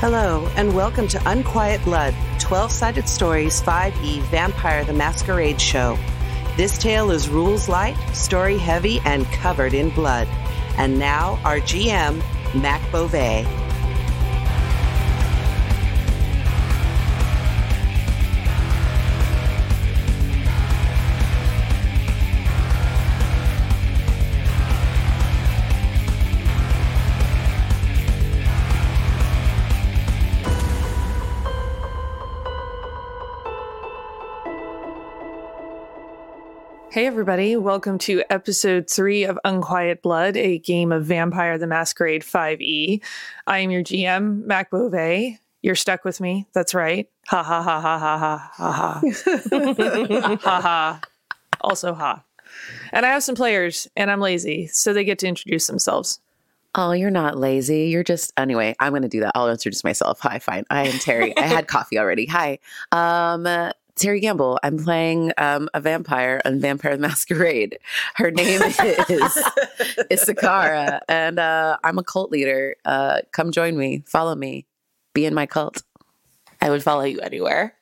Hello, and welcome to Unquiet Blood 12 Sided Stories 5e Vampire the Masquerade Show. This tale is rules light, story heavy, and covered in blood. And now, our GM, Mac Beauvais. Hey, everybody. Welcome to episode three of Unquiet Blood, a game of Vampire the Masquerade 5e. I am your GM, Mac Beauvais. You're stuck with me. That's right. Ha ha ha ha ha ha ha ha. ha ha. Also, ha. And I have some players, and I'm lazy, so they get to introduce themselves. Oh, you're not lazy. You're just anyway. I'm going to do that. I'll introduce myself. Hi, fine. I am Terry. I had coffee already. Hi, um, uh, Terry Gamble. I'm playing um, a vampire on Vampire the Masquerade. Her name is Isakara, and uh, I'm a cult leader. Uh, come join me. Follow me. Be in my cult. I would follow you anywhere.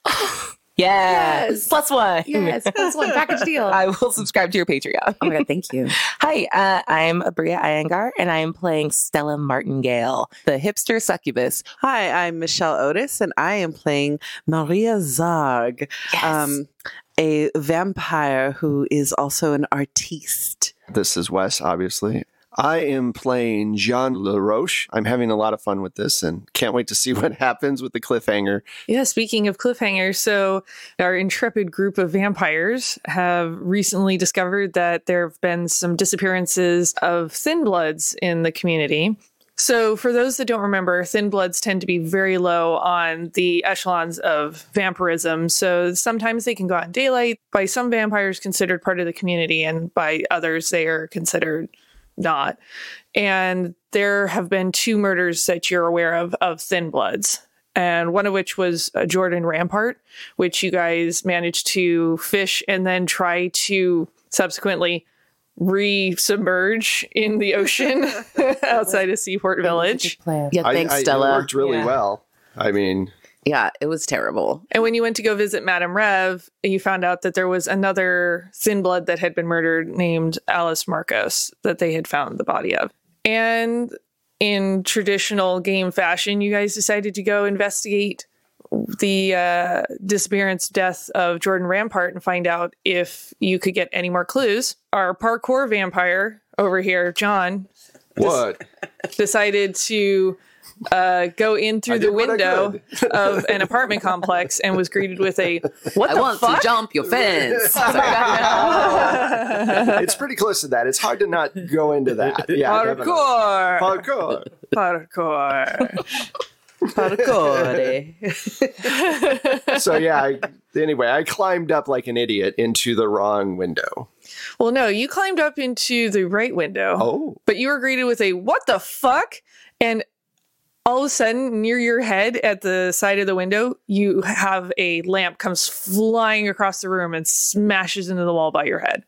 yes. Yes. Plus one. Yes, that's one package deal. I will subscribe to your Patreon. oh my god, thank you. Hi, uh, I'm Abria Iyengar, and I am playing Stella Martingale, the hipster succubus. Hi, I'm Michelle Otis, and I am playing Maria Zarg, um, a vampire who is also an artiste. This is Wes, obviously. I am playing Jean LaRoche. I'm having a lot of fun with this and can't wait to see what happens with the cliffhanger. Yeah, speaking of cliffhangers, so our intrepid group of vampires have recently discovered that there have been some disappearances of thin bloods in the community. So, for those that don't remember, thin bloods tend to be very low on the echelons of vampirism. So, sometimes they can go out in daylight. By some vampires, considered part of the community, and by others, they are considered not. And there have been two murders that you're aware of of thin bloods and one of which was uh, Jordan Rampart, which you guys managed to fish and then try to subsequently re-submerge in the ocean outside of Seaport Village. Yeah, I- thanks, I- It Stella. worked really Yeah. well. I mean, Yeah, it was terrible. And when you went to go visit Madame Rev, you found out that there was another thin blood that had been murdered named Alice Marcos that they had found the body of. And in traditional game fashion, you guys decided to go investigate the uh, disappearance death of Jordan Rampart and find out if you could get any more clues. Our parkour vampire over here, John, what? decided to uh, go in through I the did what I window could. of an apartment complex and was greeted with a what I the want fuck? to jump your fence. it's pretty close to that. It's hard to not go into that. Yeah, definitely. Parkour, Parkour. parkour. So yeah, I, anyway, I climbed up like an idiot into the wrong window. Well, no, you climbed up into the right window, Oh, but you were greeted with a what the fuck, and all of a sudden, near your head at the side of the window, you have a lamp comes flying across the room and smashes into the wall by your head.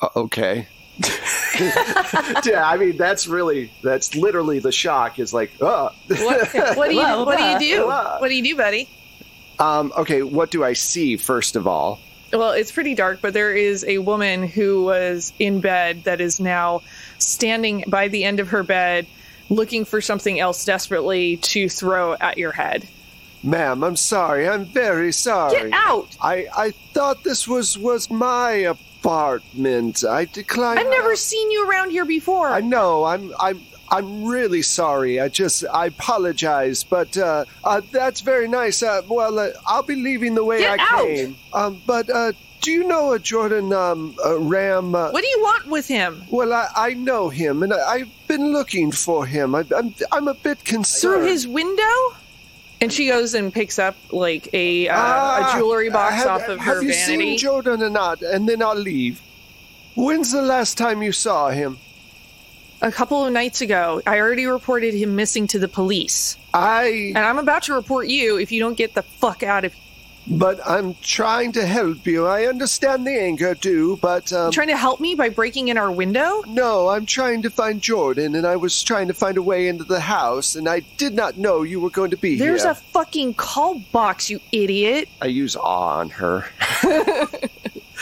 Uh, okay. yeah, I mean that's really that's literally the shock is like, uh What, what do you? Whoa, what do you do? whoa. What do you do, buddy? um, okay, what do I see first of all? Well, it's pretty dark, but there is a woman who was in bed that is now standing by the end of her bed looking for something else desperately to throw at your head. Ma'am, I'm sorry. I'm very sorry. Get out! I I thought this was was my apartment. I declined. I've never seen you around here before. I know. I'm I'm I'm really sorry. I just I apologize, but uh, uh that's very nice. Uh, well, uh, I'll be leaving the way Get I out! came. Um, but uh, do you know a Jordan um uh, Ram? Uh, what do you want with him? Well, I, I know him, and I, I've been looking for him. I, I'm I'm a bit concerned. Through his window? And she goes and picks up like a uh, Ah, a jewelry box have- off of her Have you vanity. seen Jordan or not? And then I'll leave. When's the last time you saw him? a couple of nights ago, I already reported him missing to the police, I and I'm about to report you if you don't get the fuck out of but I'm trying to help you. I understand the anger, too, but um, trying to help me by breaking in our window? no, I'm trying to find Jordan, and I was trying to find a way into the house, and I did not know you were going to be There's here. a fucking call box, you idiot. I use awe on her.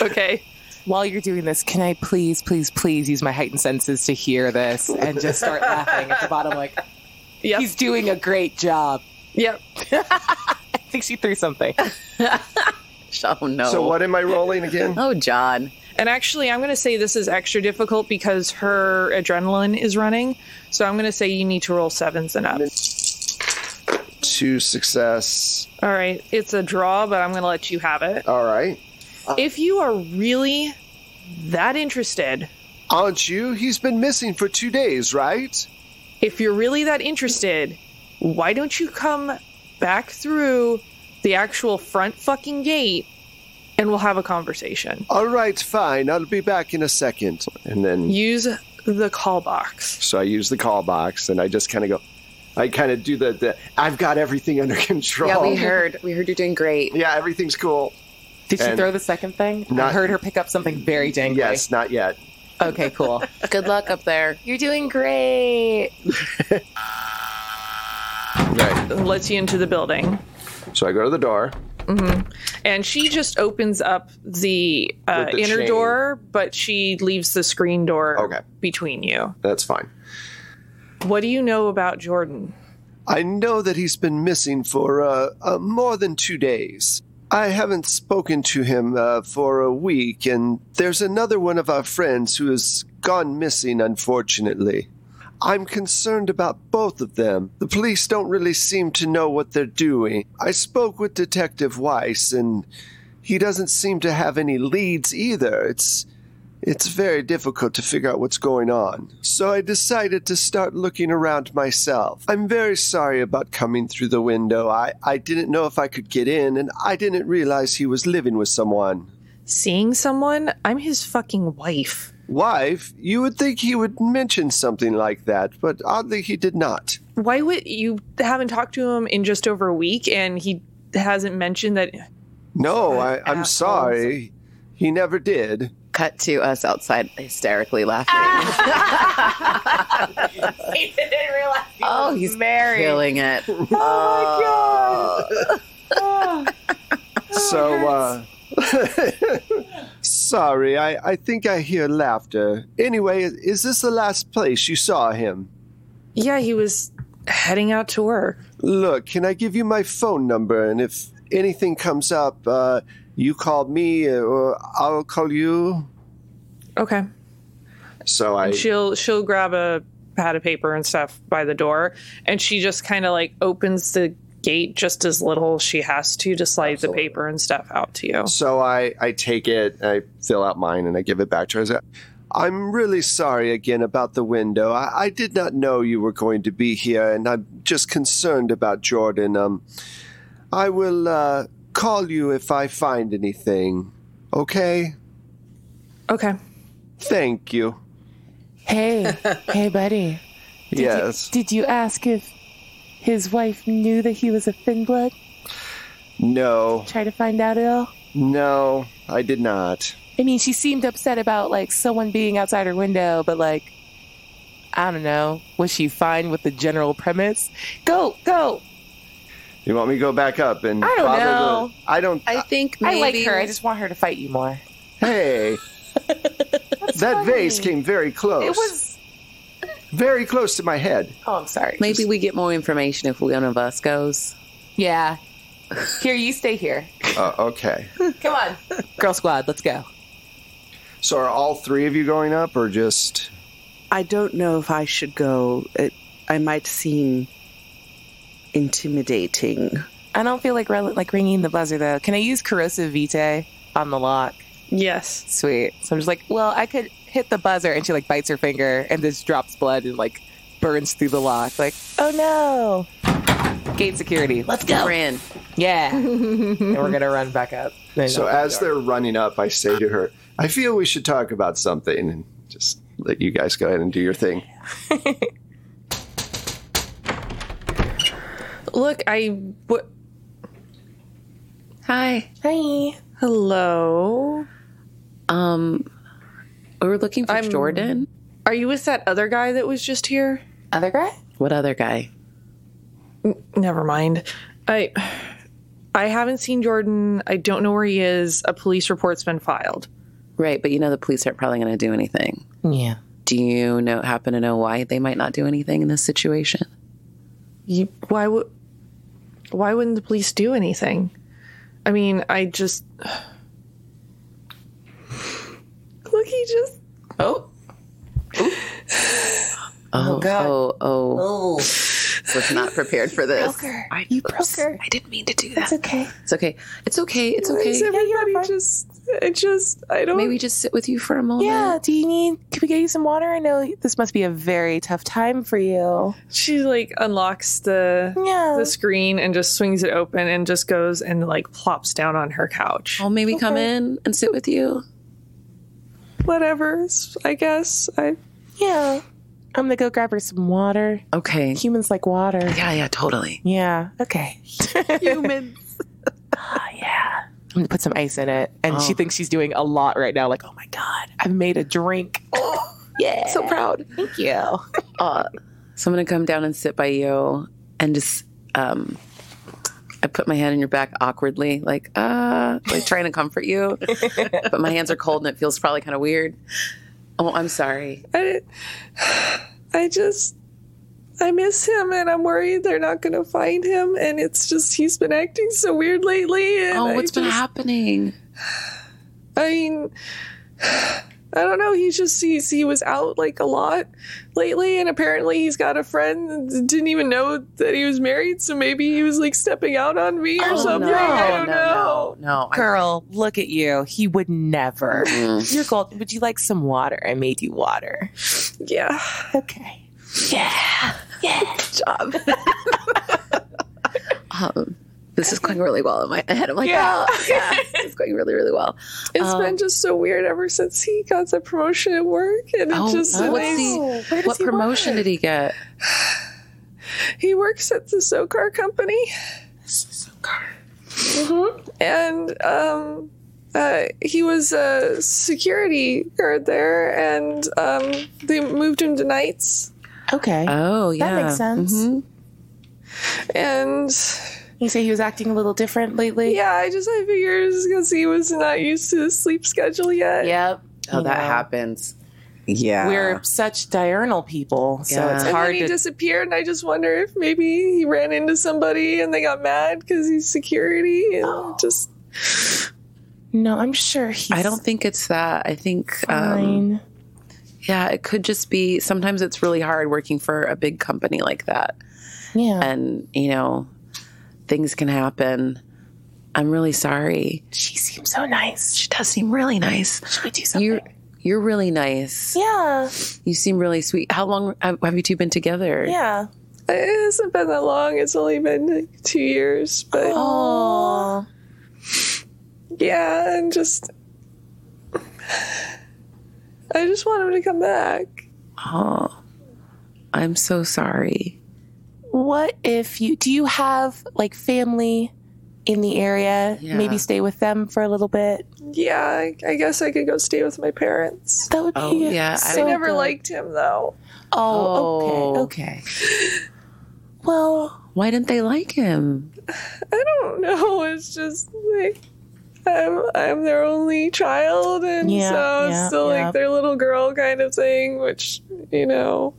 Okay. While you're doing this, can I please, please, please use my heightened senses to hear this and just start laughing at the bottom? Like, Yep. he's doing a great job. yep. I think she threw something. Oh no. So what am I rolling again? Oh John. And actually, I'm going to say this is extra difficult because her adrenaline is running. So I'm going to say you need to roll sevens and up. Two success. All right. It's a draw, but I'm going to let you have it. All right. If you are really that interested, Aren't you? He's been missing for two days, right? if you're really that interested, why don't you come back through the actual front fucking gate and we'll have a conversation? All right, fine. I'll be back in a second. And then. Use the call box. So I use the call box and I just kind of go, I kind of do the, the, I've got everything under control. Yeah, Oh. we heard. We heard you're doing great. Yeah, everything's cool. Did she And- throw the second thing? I Not- heard her pick up something very dangly. Yes, not yet. Okay, cool. Good luck up there. You're doing great. Right. and lets you into the building. So I go to the door. And she just opens up the, uh, With the inner chain. door, but she leaves the screen door Okay. between you. That's fine. What do you know about Jordan? I know that he's been missing for uh, uh, more than two days. I haven't spoken to him uh, for a week, and there's another one of our friends who has gone missing, unfortunately. I'm concerned about both of them. The police don't really seem to know what they're doing. I spoke with Detective Weiss, and he doesn't seem to have any leads either. It's it's very difficult to figure out what's going on, so I decided to start looking around myself. I'm very sorry about coming through the window. I, I didn't know if I could get in, and I didn't realize he was living with someone. Seeing someone? I'm his fucking wife. Wife, you would think he would mention something like that, but oddly he did not. why would you haven't talked to him in just over a week and he hasn't mentioned that No, I, I'm assholes. sorry. He never did. Cut to us outside hysterically laughing. he didn't realize. oh, he's married. killing it. so, uh, sorry, I, I think I hear laughter. Anyway, is this the last place you saw him? yeah he was heading out to work Look, can I give you my phone number? And if anything comes up, uh, you call me uh, or I'll call you. okay So I. she'll she'll grab a pad of paper and stuff by the door and she just kind of like opens the gate just as little she has to to slide the paper and stuff out to you So I, I take it, I fill out mine, and I give it back to her. I say, I'm really sorry again about the window. I, I did not know you were going to be here, and I'm just concerned about Jordan. Um, I will uh, call you if I find anything. Okay? okay Thank you. Hey, hey, buddy. yes. Did you ask if his wife knew that he was a Finblood? no, Try to find out at all? no, I did not. I mean, she seemed upset about like someone being outside her window, but like, I don't know. Was she fine with the general premise? Go, go. You want me to go back up and I don't bother know. the? I don't. I think maybe I like her. I just want her to fight you more. hey, that funny. vase came very close. It was. very close to my head. Oh, I'm sorry. maybe we get more information if one of us goes. Yeah. Here, you stay here. Uh, okay. Come on, girl squad. Let's go. So are all three of you going up, or just? I don't know if I should go. It, I might seem intimidating. I don't feel like rel- like ringing the buzzer though. Can I use corrosive vitae on the lock? yes Sweet. So I'm just like, well, I could hit the buzzer, and she like bites her finger, and this drops blood and like burns through the lock. Like, oh no! Gate security. Let's go. Rin. Yeah. and we're gonna run back up. So as they're running up, I say to her, "I feel we should talk about something," and just let you guys go ahead and do your thing. look i what Hi. Hi. Hello. Um, we were looking for I'm- Jordan. Are you with that other guy that was just here? Other guy? What other guy? Never mind. I I haven't seen Jordan. I don't know where he is. A police report's been filed. Right, but you know the police aren't probably going to do anything. Yeah. Do you know happen to know why they might not do anything in this situation? Why would why wouldn't the police do anything? I mean, I just Look, he just Oh. Oh, God. oh, oh, Oh. was not prepared for this. I, you broke her. I didn't mean to do that. It's okay. It's okay. It's okay. It's okay. everybody just I just I don't May we just sit with you for a moment? Yeah. Do you need? Can we get you some water? I know this must be a very tough time for you. she like unlocks the Yeah. the screen and just swings it open and just goes and like plops down on her couch. I'll maybe come in and sit with you. Whatever, I guess. I yeah. I'm gonna go grab her some water. Okay. Humans like water. Yeah, yeah, totally. Yeah. Okay. Oh, yeah. I'm gonna put some ice in it, and she Oh. thinks she's doing a lot right now. Like, oh my god, I've made a drink. yeah. So proud. Oh, Thank you. Uh, so I'm gonna come down and sit by you and just um I put my hand on your back awkwardly, like uh like trying to comfort you. but my hands are cold and it feels probably kinda weird. Oh, I'm sorry. I, I just I miss him and I'm worried they're not going to find him and it's just he's been acting so weird lately and Oh, I what's been just- happening? I mean I don't know he's just he's, he was out like a lot lately and apparently he's got a friend that didn't even know that he was married so maybe he was like stepping out on me or Oh, something no, I don't no, know. no, no. I- Girl, look at you. He would never. You're golden. Would you like some water? I made you water. Yeah. Okay. Yeah. Yeah. Job. um, this is going really well in my head. I'm like, Yeah. oh, yeah, it's going really, really well. it's Um, been just so weird ever since he got the promotion at work and it Oh, just and what's I- the- What promotion did he get? he works at the SoCar company. Mm-hmm. SoCar. hmm And um, uh, he was a security guard there, and um, they moved him to nights. Okay. Oh, yeah, makes sense. Mhm. And you say he was acting a little different lately. yeah, I just I figured because he was not used to the sleep schedule yet. Yep. Oh, that Yeah. happens. Yeah. We're such diurnal people, so Yeah. it's And hard then he to. disappeared, and I just wonder if maybe he ran into somebody and they got mad because he's security and Oh. just no, I'm sure he's. I don't think it's that. I think, um, fine. yeah, it could just be sometimes it's really hard working for a big company like that. yeah. And, you know, things can happen. I'm really sorry. she seems so nice. She does seem really nice. Should we do something? You're, you're really nice. yeah. You seem really sweet. How long have have you two been together? Yeah. it hasn't been that long. It's only been like two years, but. Oh. Yeah, and just I just want him to come back. Oh, I'm so sorry. What if you do you have like family in the area? Yeah. Maybe stay with them for a little bit. Yeah, I, I guess I could go stay with my parents. That would be Oh, yeah, I- so I never good. liked him though. Oh, Oh. okay. Okay. Well, Why didn't they like him? I don't know. It's just like I'm I'm their only child, and Yeah, so it's yeah, still yeah. like their little girl kind of thing. Which you know,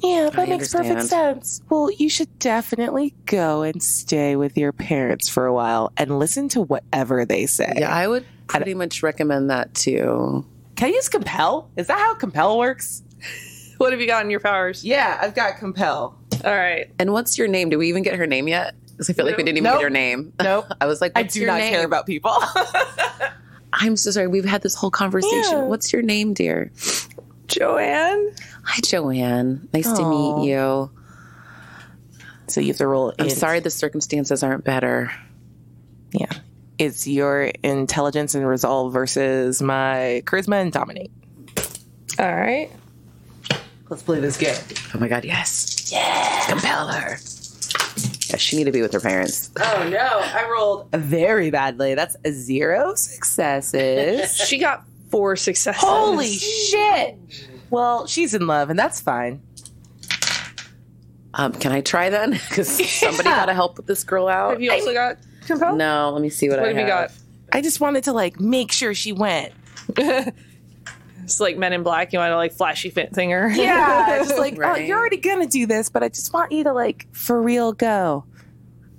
yeah, that I makes perfect understand. sense. Well, you should definitely go and stay with your parents for a while and listen to whatever they say. Yeah, I would pretty much recommend that too. Can I use compel? Is that how compel works? what have you got in your powers? Yeah, I've got compel. All right, And what's your name? Do we even get her name yet? Because I feel like we didn't even Nope. get her name. Nope. I was like, I what's do your not name? care about people. I'm so sorry. We've had this whole conversation. Yeah. What's your name, dear? Joanne. Hi, Joanne. Nice to Aw. meet you. so you have to roll. I'm in- sorry the circumstances aren't better. Yeah. It's your intelligence and resolve versus my charisma and dominate. All right. Let's play this game. Oh my God, yes. Yes. Compel her. Yeah, she need to be with her parents. Oh no, I rolled very badly. That's a zero successes. She got four successes. Holy shit. Well, she's in love, and that's fine. Um, can I try then? Because somebody Yeah. got to help with this girl out. Have you also got compelled? No, let me see what, What I have you got? have. I just wanted to like make sure she went. It's like Men in Black. You want to like flashy fit thinger. Yeah, just like oh, Right. you're already gonna do this, but I just want you to like for real go.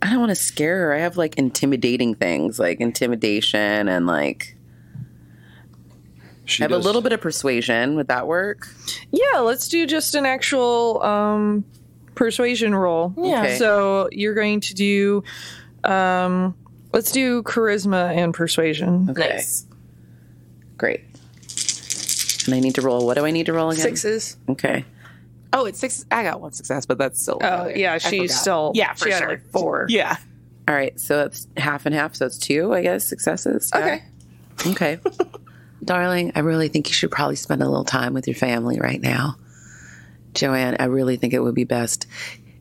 I don't want to scare her. I have like intimidating things, like intimidation and like. I She have a does- little bit of persuasion. Would that work? Yeah, let's do just an actual um, persuasion roll. Yeah. Okay. So you're going to do, um, let's do charisma and persuasion. Okay. Great. And I need to roll. What do I need to roll again? Sixes. Okay. Oh, it's six. I got one success, but that's still. Oh yeah, she's still Yeah, for she had, sure. like, four. Yeah. All right. So it's half and half. So it's two, I guess, successes. Yeah. Okay. Okay. Darling, I really think you should probably spend a little time with your family right now. Joanne, I really think it would be best.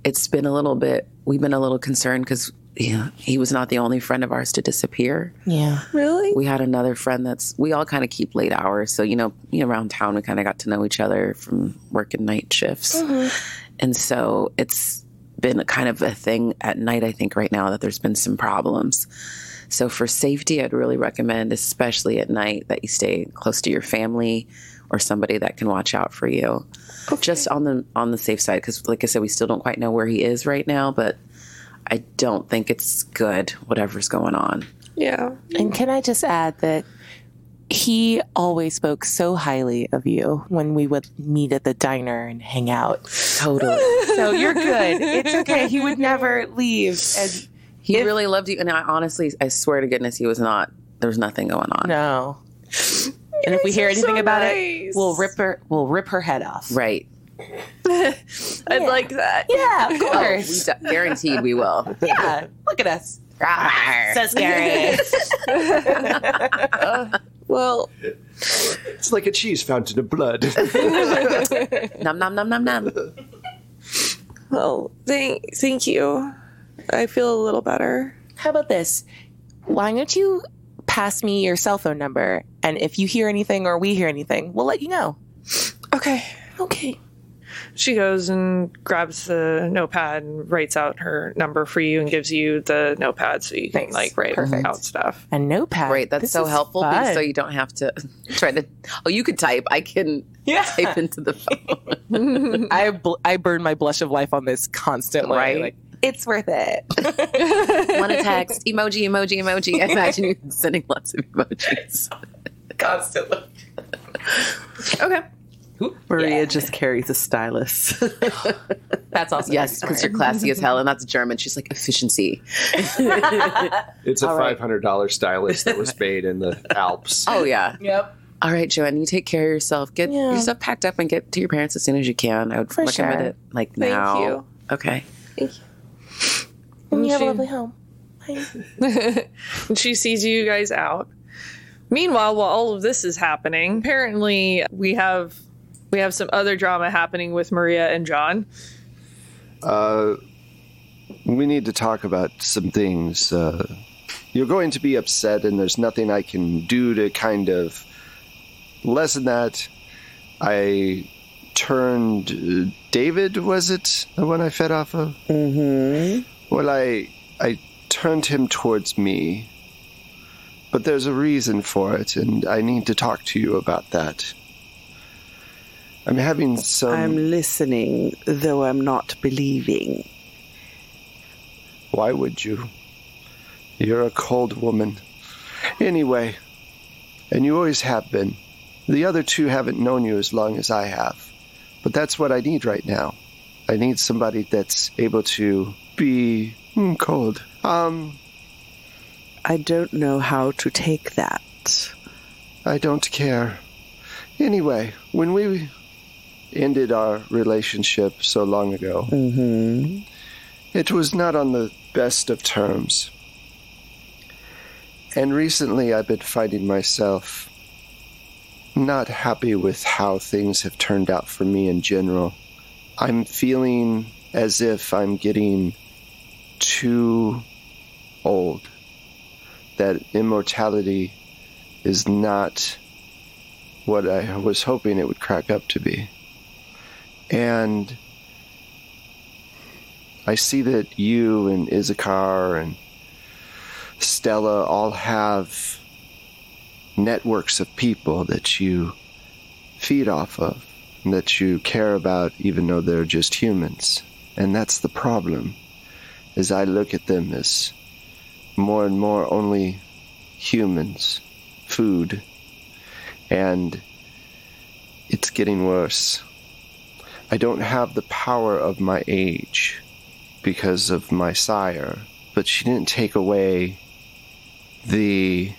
It's been a little bit, we've been a little concerned because yeah, he was not the only friend of ours to disappear. Yeah. Really? We had another friend that's, we all kind of keep late hours. So, you know, you know, around town, we kind of got to know each other from working night shifts. And so it's been kind of a thing at night, I think, right now that there's been some problems. So, for safety, I'd really recommend, especially at night, that you stay close to your family or somebody that can watch out for you. Just on the on the safe side, because like I said, we still don't quite know where he is right now, but I don't think it's good whatever's going on. Yeah. And can I just add that he always spoke so highly of you when we would meet at the diner and hang out. Totally, So you're good. it's okay. He would never leave. And he really loved you, and I honestly, I swear to goodness, he was not. There was nothing going on. no. And if we hear anything about it, we'll rip her. We'll rip her head off. Right? I'd like that. Yeah, of Oh, course. we d- guaranteed we will. yeah. Look at us. Rawr. So scary. Well, It's like a cheese fountain of blood. Nom nom nom nom nom. well, thank thank you. I feel a little better. How about this? Why don't you pass me your cell phone number? And if you hear anything or we hear anything, we'll let you know. Okay. Okay. She goes and grabs the notepad and writes out her number for you and gives you the notepad so you can Nice. like write Perfect. out stuff. A notepad. Great, that's This so is helpful. because fun. So you don't have to try to. Oh, you could type. I can yeah. type into the phone. I, bl- I burn my blush of life on this constantly. Right. Like, it's worth it. Want to text? Emoji, emoji, emoji. I imagine you sending lots of emojis. Constantly. Okay. Maria just carries a stylus. That's awesome. Yes, because you're classy as hell, and that's German. She's like efficiency. It's a five hundred dollar stylus that was made in the Alps. Oh yeah. Yep. All right, Joanne, you take care of yourself. Get Yeah. your stuff packed up and get to your parents as soon as you can. I would For recommend sure. it like Thank now. you. Okay. And you have a She- lovely home. and she sees you guys out. Meanwhile, while all of this is happening, apparently we have we have some other drama happening with Maria and John. Uh, we need to talk about some things. Uh, you're going to be upset, and there's nothing I can do to kind of lessen that. I turned uh, David. Was it the one I fed off of? Mm-hmm. Well, I I turned him towards me, but there's a reason for it, and I need to talk to you about that. I'm having some. I'm listening, though I'm not believing. Why would you? You're a cold woman. Anyway, and you always have been. The other two haven't known you as long as I have. But that's what I need right now. I need somebody that's able to be mm, cold. Um, I don't know how to take that. I don't care. Anyway, when we ended our relationship so long ago, Mm-hmm. It was not on the best of terms. And recently I've been finding myself not happy with how things have turned out for me in general. I'm feeling as if I'm getting too old. That immortality is not what I was hoping it would crack up to be. And I see that you and Issachar and Stella all have networks of people that you feed off of and that you care about even though they're just humans. And that's the problem. As I look at them as more and more only humans, food, and it's getting worse. I don't have the power of my age because of my sire, but she didn't take away the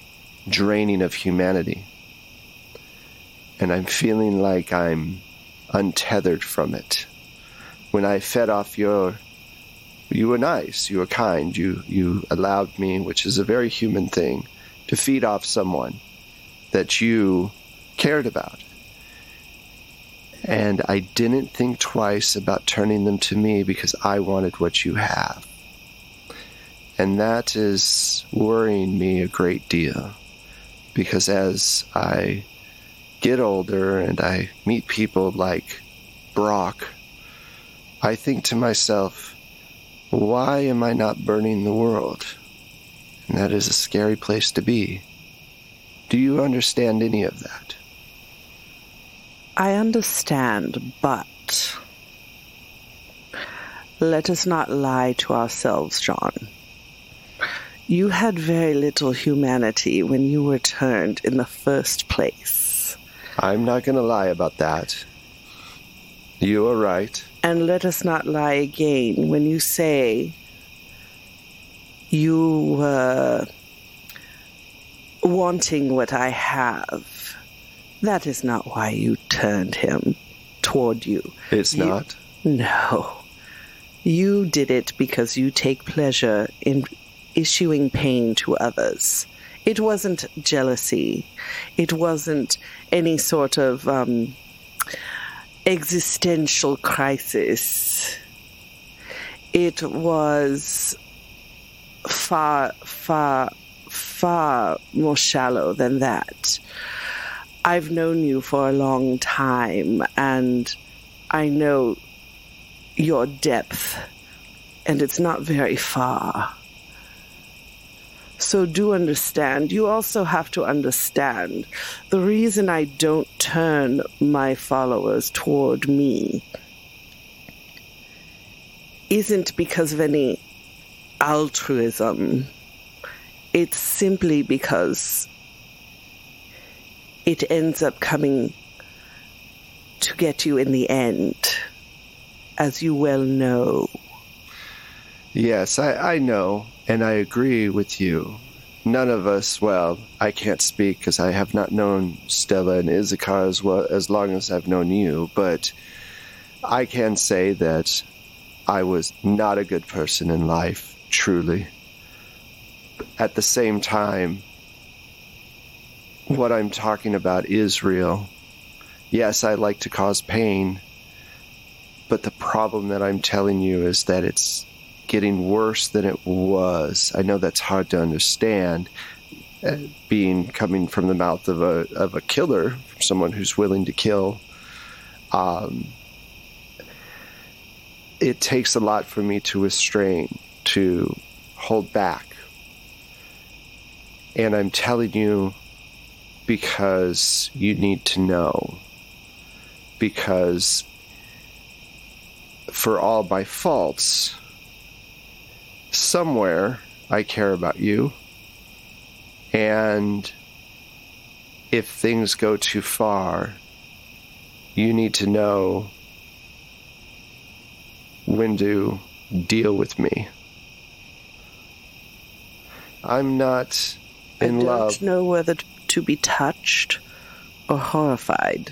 draining of humanity. And I'm feeling like I'm untethered from it. When I fed off your you were nice, you were kind, you you allowed me, which is a very human thing, to feed off someone that you cared about. And I didn't think twice about turning them to me because I wanted what you have. And that is worrying me a great deal because as I get older and I meet people like Brock, I think to myself, why am I not burning the world? And that is a scary place to be. Do you understand any of that? I understand, but let us not lie to ourselves, John. You had very little humanity when you returned in the first place. I'm not going to lie about that. You are right. And let us not lie again when you say you were wanting what I have. That is not why you turned him toward you. It's You- not. No. You did it because you take pleasure in issuing pain to others. It wasn't jealousy. It wasn't any sort of um, existential crisis. It was far, far, far more shallow than that. I've known you for a long time and I know your depth, and it's not very far. So do understand. You also have to understand the reason I don't turn my followers toward me isn't because of any altruism. It's simply because it ends up coming to get you in the end, as you well know. Yes, I, I know, and I agree with you. None of us, well, I can't speak because I have not known Stella and Issachar as, well, as long as I've known you, but I can say that I was not a good person in life, truly. At the same time, what I'm talking about is real. Yes, I like to cause pain, but the problem that I'm telling you is that it's getting worse than it was. I know that's hard to understand, uh, being coming from the mouth of a of a killer, someone who's willing to kill. Um, it takes a lot for me to restrain, to hold back, and I'm telling you because you need to know. Because for all my faults, somewhere I care about you. And if things go too far, you need to know when to deal with me. I'm not in I don't love. know whether to be touched or horrified.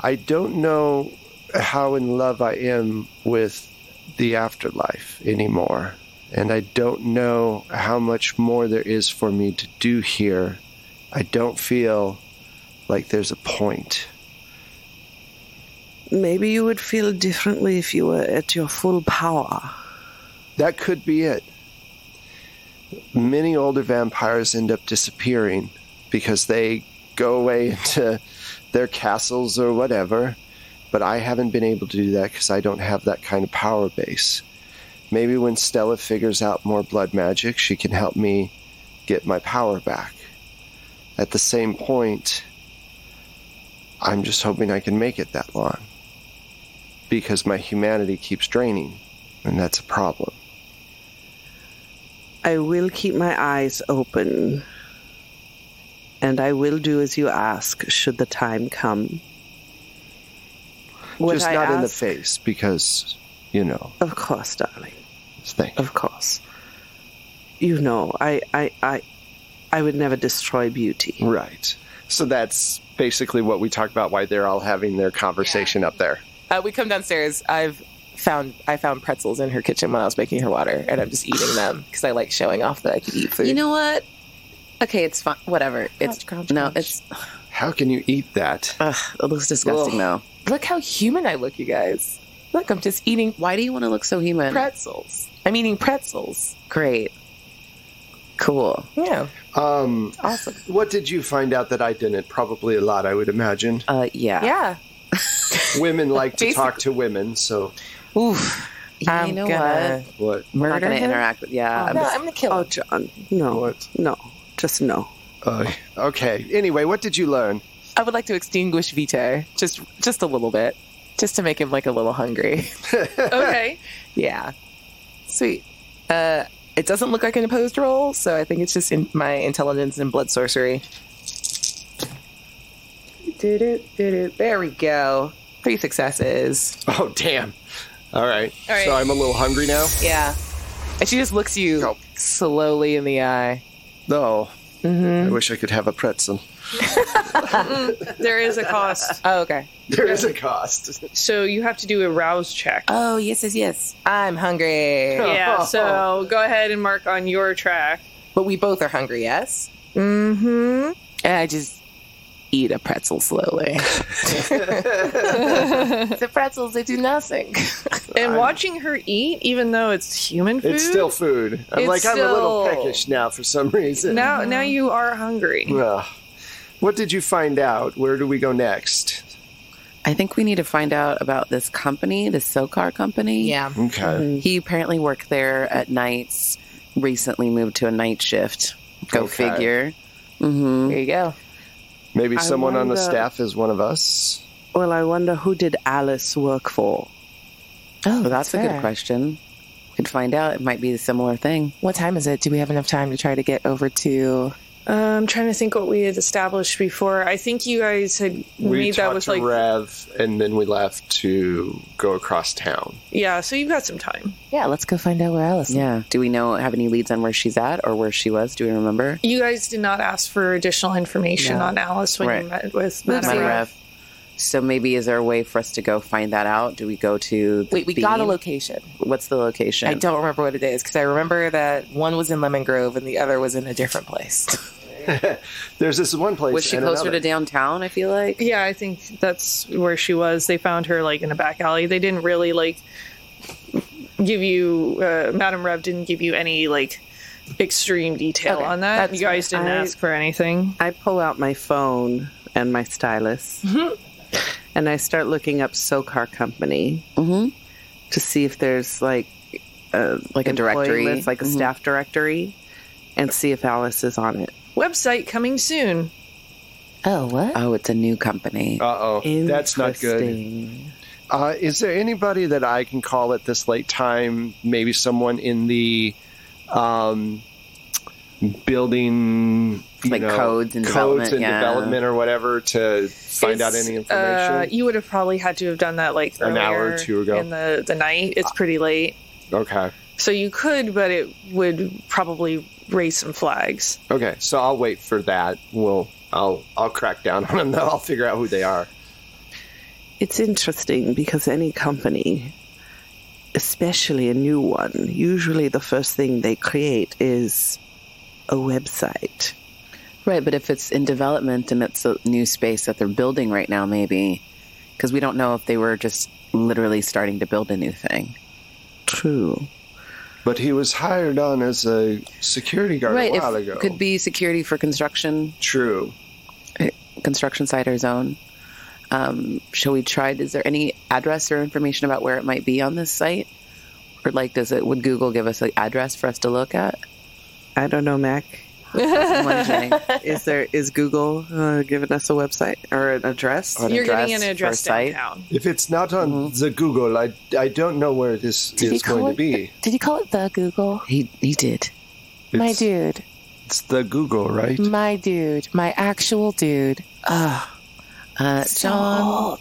I don't know how in love I am with the afterlife anymore. And I don't know how much more there is for me to do here. I don't feel like there's a point. Maybe you would feel differently if you were at your full power. That could be it. Many older vampires end up disappearing because they go away into their castles or whatever, but I haven't been able to do that because I don't have that kind of power base. Maybe when Stella figures out more blood magic, she can help me get my power back. At the same point, I'm just hoping I can make it that long because my humanity keeps draining, and that's a problem. I will keep my eyes open. And I will do as you ask should the time come. Would just I not in the ask- Oh, face because, you know, Of course, darling. thank Of course. You know, I I I, I would never destroy beauty. Right. So that's basically what we talked about why they're all having their conversation up there. Uh, we come downstairs. I've found I found pretzels in her kitchen when I was making her water, and I'm just eating them because I like showing off that I can eat food. You know what? Okay, it's fine. Whatever. it's crunch, no, crunch. it's How can you eat that? Uh, ugh, it looks disgusting though. look how human I look, you guys. Look, I'm just eating Why do you want to look so human? pretzels. I'm eating pretzels. Great. Cool. Yeah, Um, awesome. what did you find out that I didn't? Probably a lot, I would imagine. Uh, yeah. Yeah, Women like to talk to women, so oof. Yeah, you I'm know gonna what? what? We're not murder gonna him? interact with. Yeah. I'm no, just- I'm gonna kill Oh, him. John, no, What? no, just no. Uh, okay. Anyway, what did you learn? I would like to extinguish Vito just just a little bit, just to make him like a little hungry. Okay. Yeah. Sweet. Uh, it doesn't look like an opposed roll, so I think it's just in my intelligence and blood sorcery. Did it? Did it? There we go. Three successes. Oh, damn. All right. All right. So I'm a little hungry now? Yeah. And she just looks you Go. slowly in the eye. No. Oh. Mm-hmm. I wish I could have a pretzel. there is a cost. Oh, okay. There is a cost. So you have to do a rouse check. Oh, yes, yes, yes. I'm hungry. Oh. Yeah, so go ahead and mark on your track. But we both are hungry, yes? Mm-hmm. And I just eat a pretzel slowly. the pretzels, they do nothing. And watching her eat, even though it's human food, It's still food. I'm It's like, I'm a little still- peckish now for some reason. now now you are hungry. Mm. Ugh. what did you find out? Where do we go next? I think we need to find out about this company, the Socar company. yeah. Okay. Mm-hmm. He apparently worked there at nights. Recently moved to a night shift. Go Okay. figure. There you go. Maybe I someone on the wonder- staff is one of us. Well, I wonder who did Alice work for. Oh, that's, a fair. good question. We could find out. It might be a similar thing. What time is it? Do we have enough time to try to get over to? Uh, I'm trying to think what we had established before. I think you guys had We made talked that with to like Rev, and then we left to go across town. yeah. So you've got some time. Yeah, let's go find out where Alice. Yeah. Yeah. Do we know have any leads on where she's at or where she was? Do we remember? You guys did not ask for additional information on Alice when Right. you met with Madame Madame Rev. Rev. So maybe is there a way for us to go find that out? Do we go to the Wait, we got a Bean? location. What's the location? I don't remember what it is because I remember that one was in Lemon Grove and the other was in a different place. There's this one place. Was she and closer another. to downtown? I feel like. Yeah, I think that's where she was. They found her like in a back alley. They didn't really like give you uh, Madame Rev didn't give you any like extreme detail Okay, on that. that's You guys didn't I- ask for anything. I pull out my phone and my stylus, and I start looking up SoCar Company to see if there's like Mm-hmm. a Mm-hmm. Like a employee directory. list, like a staff directory, and see if Alice is on it. Website coming soon. Oh, what? Oh, it's a new company. Uh oh, that's not good. Interesting. Uh, is there anybody that I can call at this late time? Maybe someone in the um, building, you Like know, codes and codes development, and yeah. development or whatever to find out It's, any Uh, information. you would have probably had to have done that like An hour or earlier two ago. in the the night. It's pretty late, okay. so you could, but it would probably raise some flags. Okay, so I'll wait for that. We'll I'll I'll crack down on them. Though. I'll figure out who they are. It's interesting because any company, especially a new one, usually the first thing they create is a website. Right, but if it's in development and it's a new space that they're building right now, maybe because we don't know if they were just literally starting to build a new thing. True. But he was hired on as a security guard right. a while It ago. could be security for construction, True. construction site or zone. Um, shall we try? Is there any address or information about where it might be on this site? Or like, does it would Google give us an address for us to look at? I don't know, Mac. I'm wondering. Is there is Google uh, giving us a website or an address? Or an You're getting an for a address site? downtown. If it's not on the Google, I, I don't know where this Mm-hmm. Did he is going call to it- be. Did you call it the Google? He he did. My It's- dude. It's the Google, right? Mm-hmm. My dude. My actual dude. Ugh. Uh, John. John,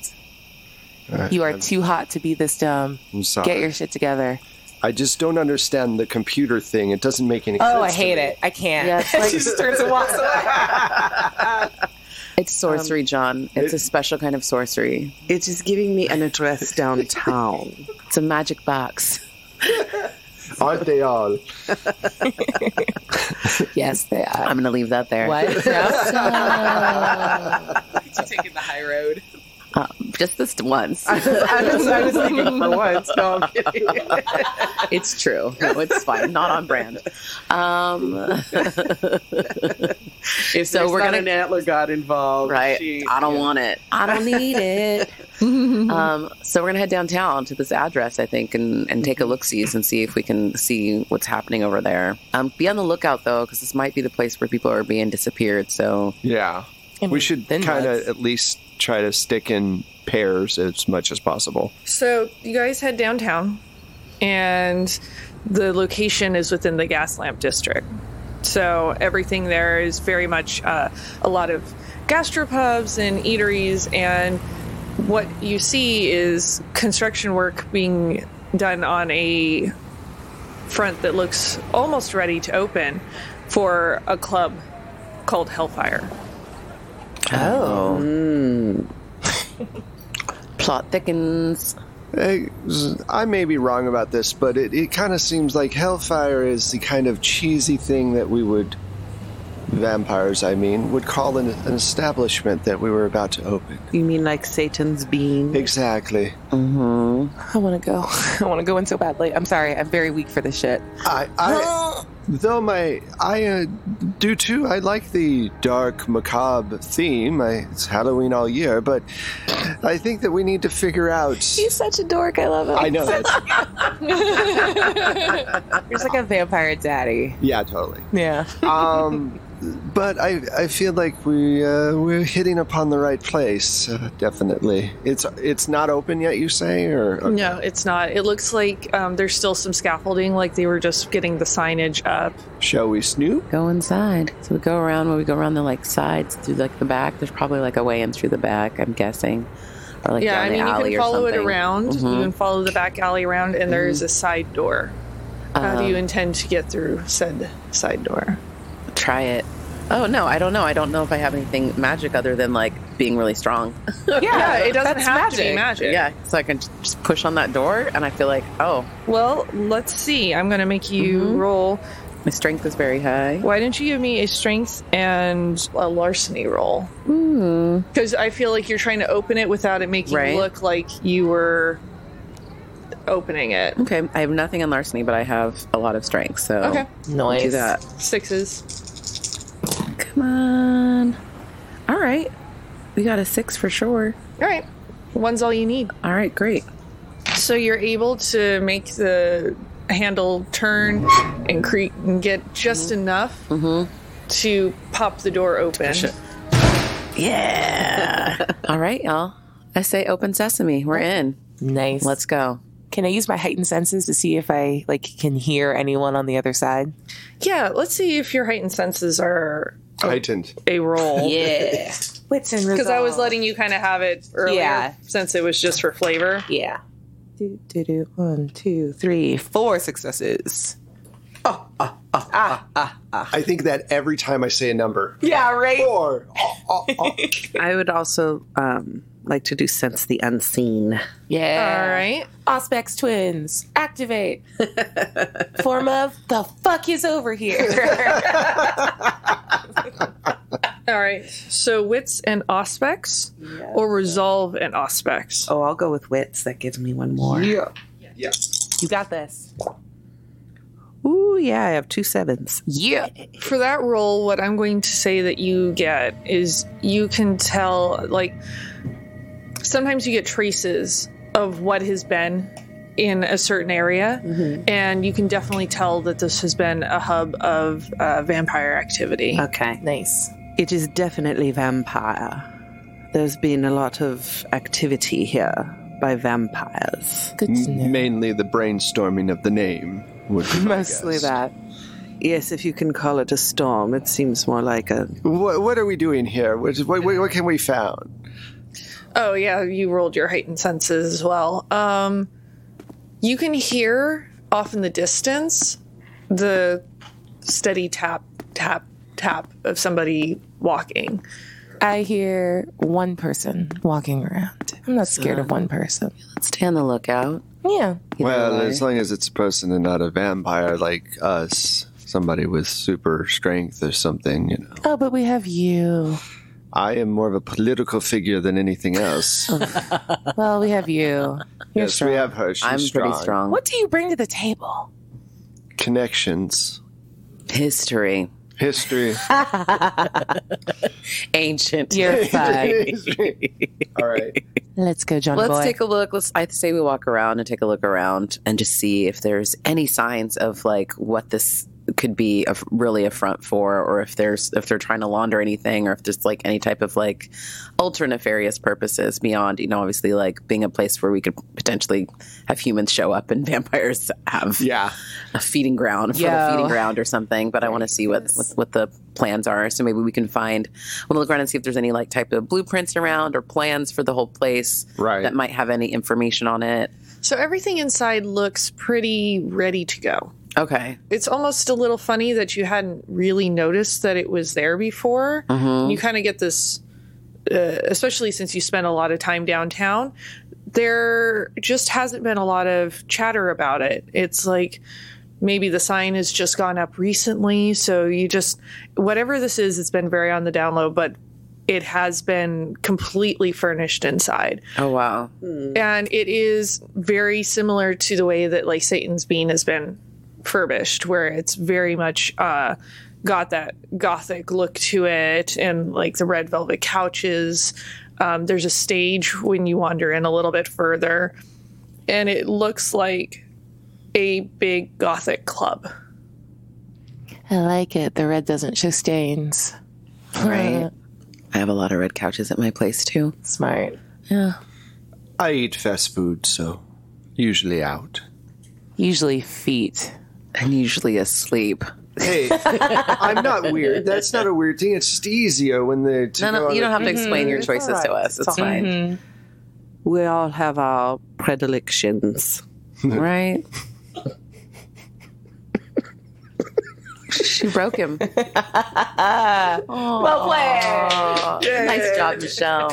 Alright, You are I'm- too hot to be this dumb. I'm sorry. Get your shit together. I just don't understand the computer thing. It doesn't make any sense. Oh, I to hate me. it. I can't. Yeah, it's like- she just turns and walks away. it's sorcery, John. It's it- a special kind of sorcery. It's just Um, giving me an address downtown. It's a magic box. Aren't they all? Yes, they are. I'm gonna leave that there. What? No. Uh, just this once. I was, I was thinking for once. No, I'm kidding. it's true. No, it's fine. Not on brand. Um, If So there's we're not gonna- an antler god involved, right. she- I don't want it. I don't need it. um, so we're gonna head downtown to this address, I think, and, and take a look sees and see if we can see what's happening over there. Um, be on the lookout though, because this might be the place where people are being disappeared. So Yeah. we should kind of at least try to stick in pairs as much as possible. So you guys head downtown, and the location is within the gas lamp district. So everything there is very much uh, a lot of gastropubs and eateries, and what you see is construction work being done on a front that looks almost ready to open for a club called Hellfire. plot thickens. Hey, I may be wrong about this, but it, it kind of seems like Hellfire is the kind of cheesy thing that we would, vampires, I mean, would call an, an establishment that we were about to open. You mean like Satan's bean? Exactly. I want to go. I want to go in so badly. I'm sorry. I'm very weak for this shit. I, I though my I uh, do too. I like the dark macabre theme. I, it's Halloween all year, but I think that we need to figure out. He's such a dork. I love him. I know that. He's like a vampire daddy. Yeah, totally. Yeah. Um, but I I feel like we uh, we're hitting upon the right place. Uh, definitely. It's it's not open yet. You say or uh, okay. No, it's not. It looks like um, there's still some scaffolding, like they were just getting the signage up. shall we snoop? Go inside. So we go around when we go around the like sides through like the back. There's probably like a way in through the back. I'm guessing. Or like yeah, down I the mean, you alley can or follow it something. Mm-hmm. around. You can follow the back alley around, and there is a side door. How do Um, you intend to get through said side door? Try it. Oh no, I don't know. I don't know if I have anything magic other than like being really strong. Yeah, it doesn't have to be magic. yeah, so I can just push on that door, and I feel like oh, Well, let's see. I'm going to make you Mm-hmm. roll. my strength is very high. Why don't you give me a strength and a larceny roll? Because I feel like you're trying to open it without it making Hmm. Right. it look like you were opening it. Okay, I have nothing in larceny, but I have a lot of strength. So Okay. nice. Do that. Sixes. Come on. All right, we got a six for sure. All right. One's all you need. All right, great. So you're able to make the handle turn and creak and get just Mm-hmm. enough to pop the door open. All right, y'all. I say open sesame. We're in. Nice. Let's go. Can I use my heightened senses to see if I like can hear anyone on the other side? Yeah, let's see if your heightened senses are Heightened. a roll. yeah. Blitzen Because I was letting you kind of have it earlier Yeah. since it was just for flavor. Yeah. do, do, do. One, two, three, four successes. I think that every time I say a number. Yeah, right? Or I would also um, like to do sense the unseen. Yeah. All right. Auspex twins, activate. Form of the fuck is over here. All right. So wits and auspex or resolve and auspex. Oh, I'll go with wits. That gives me one more. you got this. Ooh, yeah, I have two sevens. Yeah. For that role, what I'm going to say that you get is you can tell, like, sometimes you get traces of what has been in a certain area, and you can definitely tell that this has been a hub of uh, vampire activity. Okay. Nice. It is definitely vampire. There's been a lot of activity here by vampires. Good to know. Mainly the brainstorming of the name would be my Mostly guess. that. Yes, if you can call it a storm, it seems more like a. What, what are we doing here? What, what, what can we found? Oh yeah, you rolled your heightened senses as well. Um, you can hear off in the distance the steady tap, tap, tap of somebody walking. I hear one person walking around. I'm not scared of one person. Stay on the lookout. Yeah. Well, way. as long as it's a person and not a vampire like us, somebody with super strength or something, you know. Oh, but we have you. I am more of a political figure than anything else. Oh, Well, we have you. You're yes, strong. we have her. She's I'm pretty strong. What do you bring to the table? Connections, History. history. Ancient. You're fine. All right. Let's go, John Let's Boy. take a look. Let's. I say we walk around and take a look around and just see if there's any signs of like what this could be a, really a front for, or if there's if they're trying to launder anything, or if there's like any type of like ultra nefarious purposes beyond you know obviously like being a place where we could potentially have humans show up and vampires have Yeah. a feeding ground, a fertile Yo. feeding ground or something. But I want to see what, what what the plans are. So maybe we can find. I want to look around and see if there's any like type of blueprints around or plans for the whole place Right. that might have any information on it. So everything inside looks pretty ready to go. Okay. It's almost a little funny that you hadn't really noticed that it was there before. You kind of get this, uh, especially since you spent a lot of time downtown. There just hasn't been a lot of chatter about it. It's like maybe the sign has just gone up recently. So you just, whatever this is, it's been very on the down low, but it has been completely furnished inside Oh wow. and it is very similar to the way that like Satan's Bean has been furbished, where it's very much uh, got that gothic look to it, and like the red velvet couches. Um, there's a stage when you wander in a little bit further, and it looks like a big gothic club. I like it. The red doesn't show stains. Right. I have a lot of red couches at my place too. Smart. I eat fast food, so usually out. Usually feet. I'm usually asleep. Hey, I'm not weird. That's not a weird thing. It's just easier when they. to No, go no, on you a- don't have to explain your choices to us. Mm-hmm. It's, fine. Mm-hmm. We all have our predilections. Right. she broke him. Well played. Nice job, Michelle.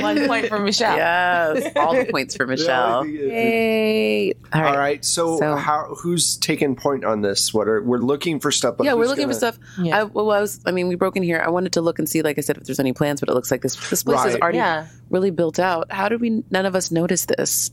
One point for Michelle. Yes. All the points for Michelle. Yay. All All right. right. So, So- how who's taking point on this? What are we're looking for stuff? but Yeah, we're who's looking for gonna- stuff. I, well, I was. I mean, we broke in here. I wanted to look and see, like I said, if there's any plans. But it looks like this this place is Right. already Yeah. really built out. How did we? None of us notice this.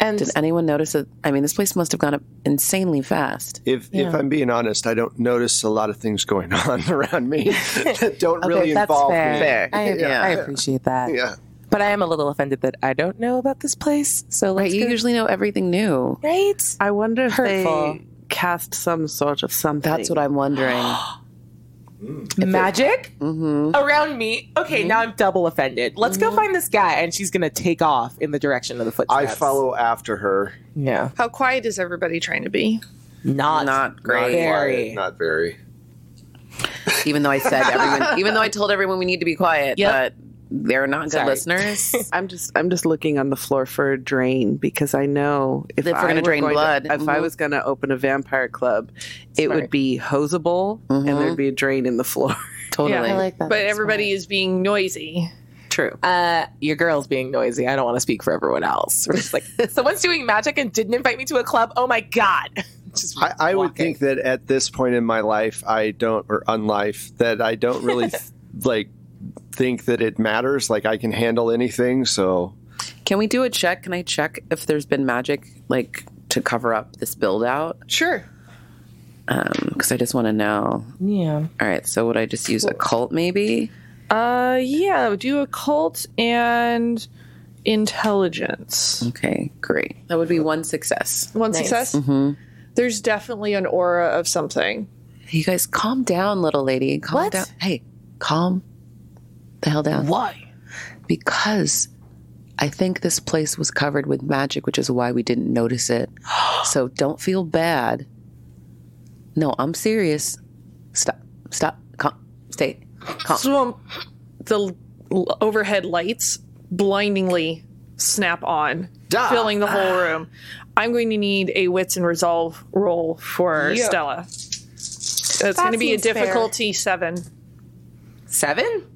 And Did anyone notice that? I mean, this place must have gone up insanely fast. If if I'm being honest, I don't notice a lot of things going on around me that don't really that's involve me. fair. I, Yeah. I appreciate that. Yeah. But I am a little offended that I don't know about this place. So Right? let's You go- usually know everything new. right? I wonder if Hurtful. they cast some sort of something. That's what I'm wondering. Magic hmm Mm-hmm. around me. Okay, now I'm double offended. Let's go find this guy, and she's gonna take off in the direction of the I footsteps. follow after her. Yeah, How quiet is everybody trying to be? not Not great. Not quiet, Very. Not very. even though I said everyone, even though I told everyone we need to be quiet, but they're not good Sorry. listeners. I'm just I'm just looking on the floor for a drain because I know if, If we're I gonna were drain going to- blood. if I Mhm. was going to open a vampire club, it would be hosable and Mm-hmm. there'd be a drain in the floor. totally. Yeah. I like that. But everybody is being noisy. True. Uh, your girl's being noisy. I don't want to speak for everyone else. We're just like someone's doing magic and didn't invite me to a club. Oh my god! Just I, I would walk in. think that at this point in my life, I don't, or unlife, that I don't really like think that it matters. Like I can handle anything. So Can we do a check? Can I check if there's been magic like to cover up this build out? Sure. Because I just want to know. Yeah. All right, so would I just use occult maybe? Uh, yeah, do occult and intelligence. Okay, great. That would be one success. One success. There's definitely an aura of something. You guys calm down, little lady. Calm What? down. Hey, calm the hell down. Why? Because I think this place was covered with magic, which is why we didn't notice it. So don't feel bad. No, I'm serious. Stop. Stop. Calm. Stay. Calm. Swoom. The l- overhead lights blindingly snap on, Da. filling the whole room. I'm going to need a wits and resolve roll for Stella. That's going to be a seems fair. difficulty seven. Seven?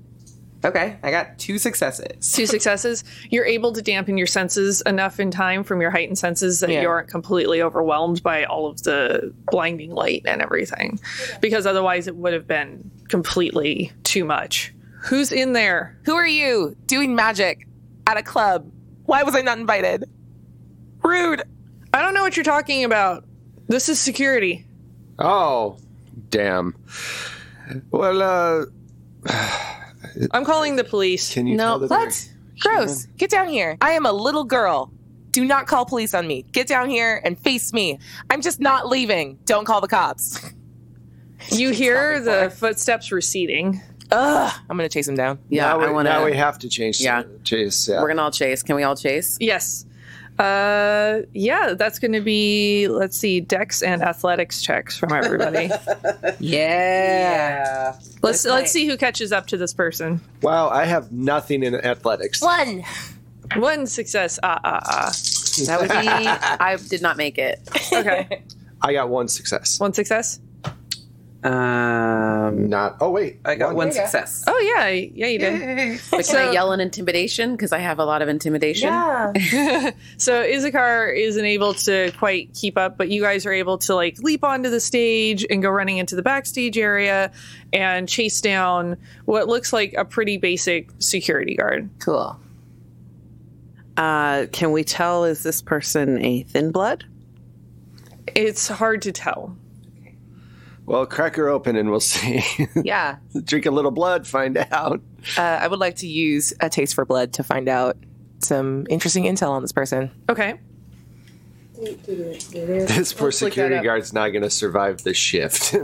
Okay, I got two successes. two successes, you're able to dampen your senses enough in time from your heightened senses that Yeah. you aren't completely overwhelmed by all of the blinding light and everything. Because otherwise, it would have been completely too much. Who's in there? Who are you doing magic at a club? Why was I not invited? Rude. I don't know what you're talking about. This is security. Oh, damn. Well, uh, I'm calling the police. can you No, tell that they're- What? Gross. Get down here. I am a little girl. Do not call police on me. Get down here and face me. I'm just not leaving. Don't call the cops. You hear the footsteps receding. Ugh. I'm gonna chase him down. Yeah, now, I we, want now we to. have to change. Yeah. Chase. Yeah. We're gonna all chase. Can we all chase? Yes. Uh, yeah, that's going to be, let's see, dex and athletics checks from everybody. Yeah. let's, let's see who catches up to this person. Wow, I have nothing in athletics. One. One success. Ah, ah, ah. That would be. I did not make it. Okay. I got one success. One success? Um, Not. Oh wait, I got one success. Oh, yeah. Yeah, you did. But can I yell an intimidation? Because I have a lot of intimidation. So Izakar isn't able to quite keep up, but you guys are able to like leap onto the stage and go running into the backstage area and chase down what looks like a pretty basic security guard. Cool. Uh, can we tell is this person a thin blood? It's hard to tell. Well, crack her open and we'll see. Yeah. Drink a little blood, find out. Uh, I would like to use a taste for blood to find out some interesting intel on this person. Okay. This poor Let's look that security up. guard's not going to survive this shift.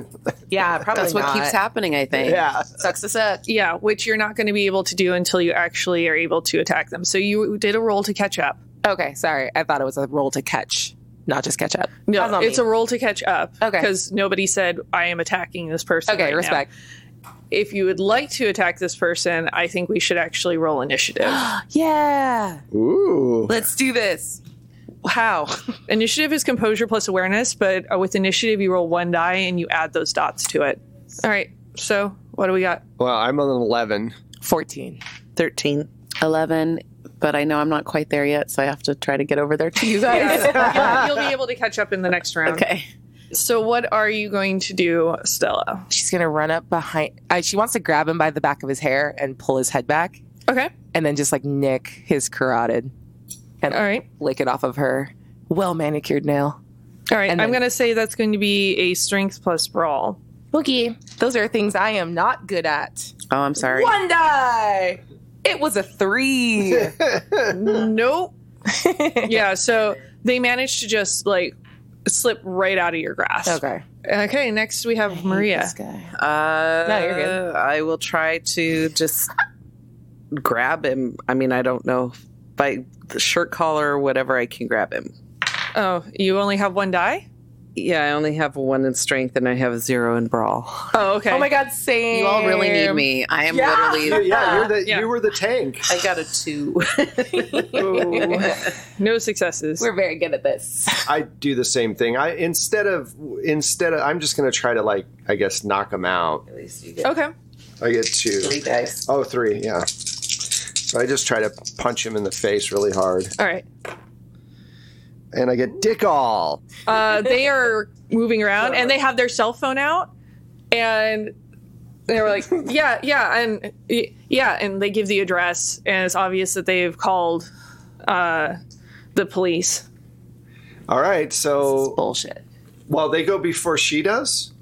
Yeah, probably That's what keeps happening. I think. yeah. Sucks us up. Yeah, which you're not going to be able to do until you actually are able to attack them. So you did a roll to catch up. Okay, sorry. I thought it was a roll to catch, not just catch up. That's No, on it's me. a roll to catch up. Okay. Because nobody said, I am attacking this person. okay. right now." respect. If you would like to attack this person, I think we should actually roll initiative. Yeah. Ooh. Let's do this. How? initiative is composure plus awareness, but uh, with initiative, you roll one die and you add those dots to it. All right. So what do we got? Well, I'm on an eleven. Fourteen. 13. 11 but i know i'm not quite there yet so i have to try to get over there to you guys you'll, you'll be able to catch up in the next round. okay So what are you going to do, Stella? She's gonna run up behind. Uh, she wants to grab him by the back of his hair and pull his head back, Okay. and then just like nick his carotid and All right. lick it off of her well manicured nail. All right. And I'm then- going to say that's going to be a strength plus brawl. Boogie. Those are things I am not good at. oh i'm sorry One die. It was a three. Nope. yeah, so they managed to just like slip right out of your grasp. okay. Okay, next we have Maria. Uh, No, you're good. I will try to just grab him. I mean, I don't know if by the shirt collar or whatever, I can grab him. Oh, you only have one die? Yeah, I only have one in strength and I have a zero in brawl. Oh, okay. Oh my God, same. you all really need me i am literally yeah, you're the, Yeah. you were the tank. i got a two No successes. We're very good at this. I do the same thing. I instead of instead of I'm just going to try to like I guess knock him out. okay. I get two. Three dice. Oh, three. Yeah. So I just try to punch him in the face really hard, All right. and I get dick all. Uh, they are moving around and they have their cell phone out and they were like, yeah, yeah, and y- yeah, and they give the address and it's obvious that they've called uh, the police. All right, so Bullshit. well, they go before she does.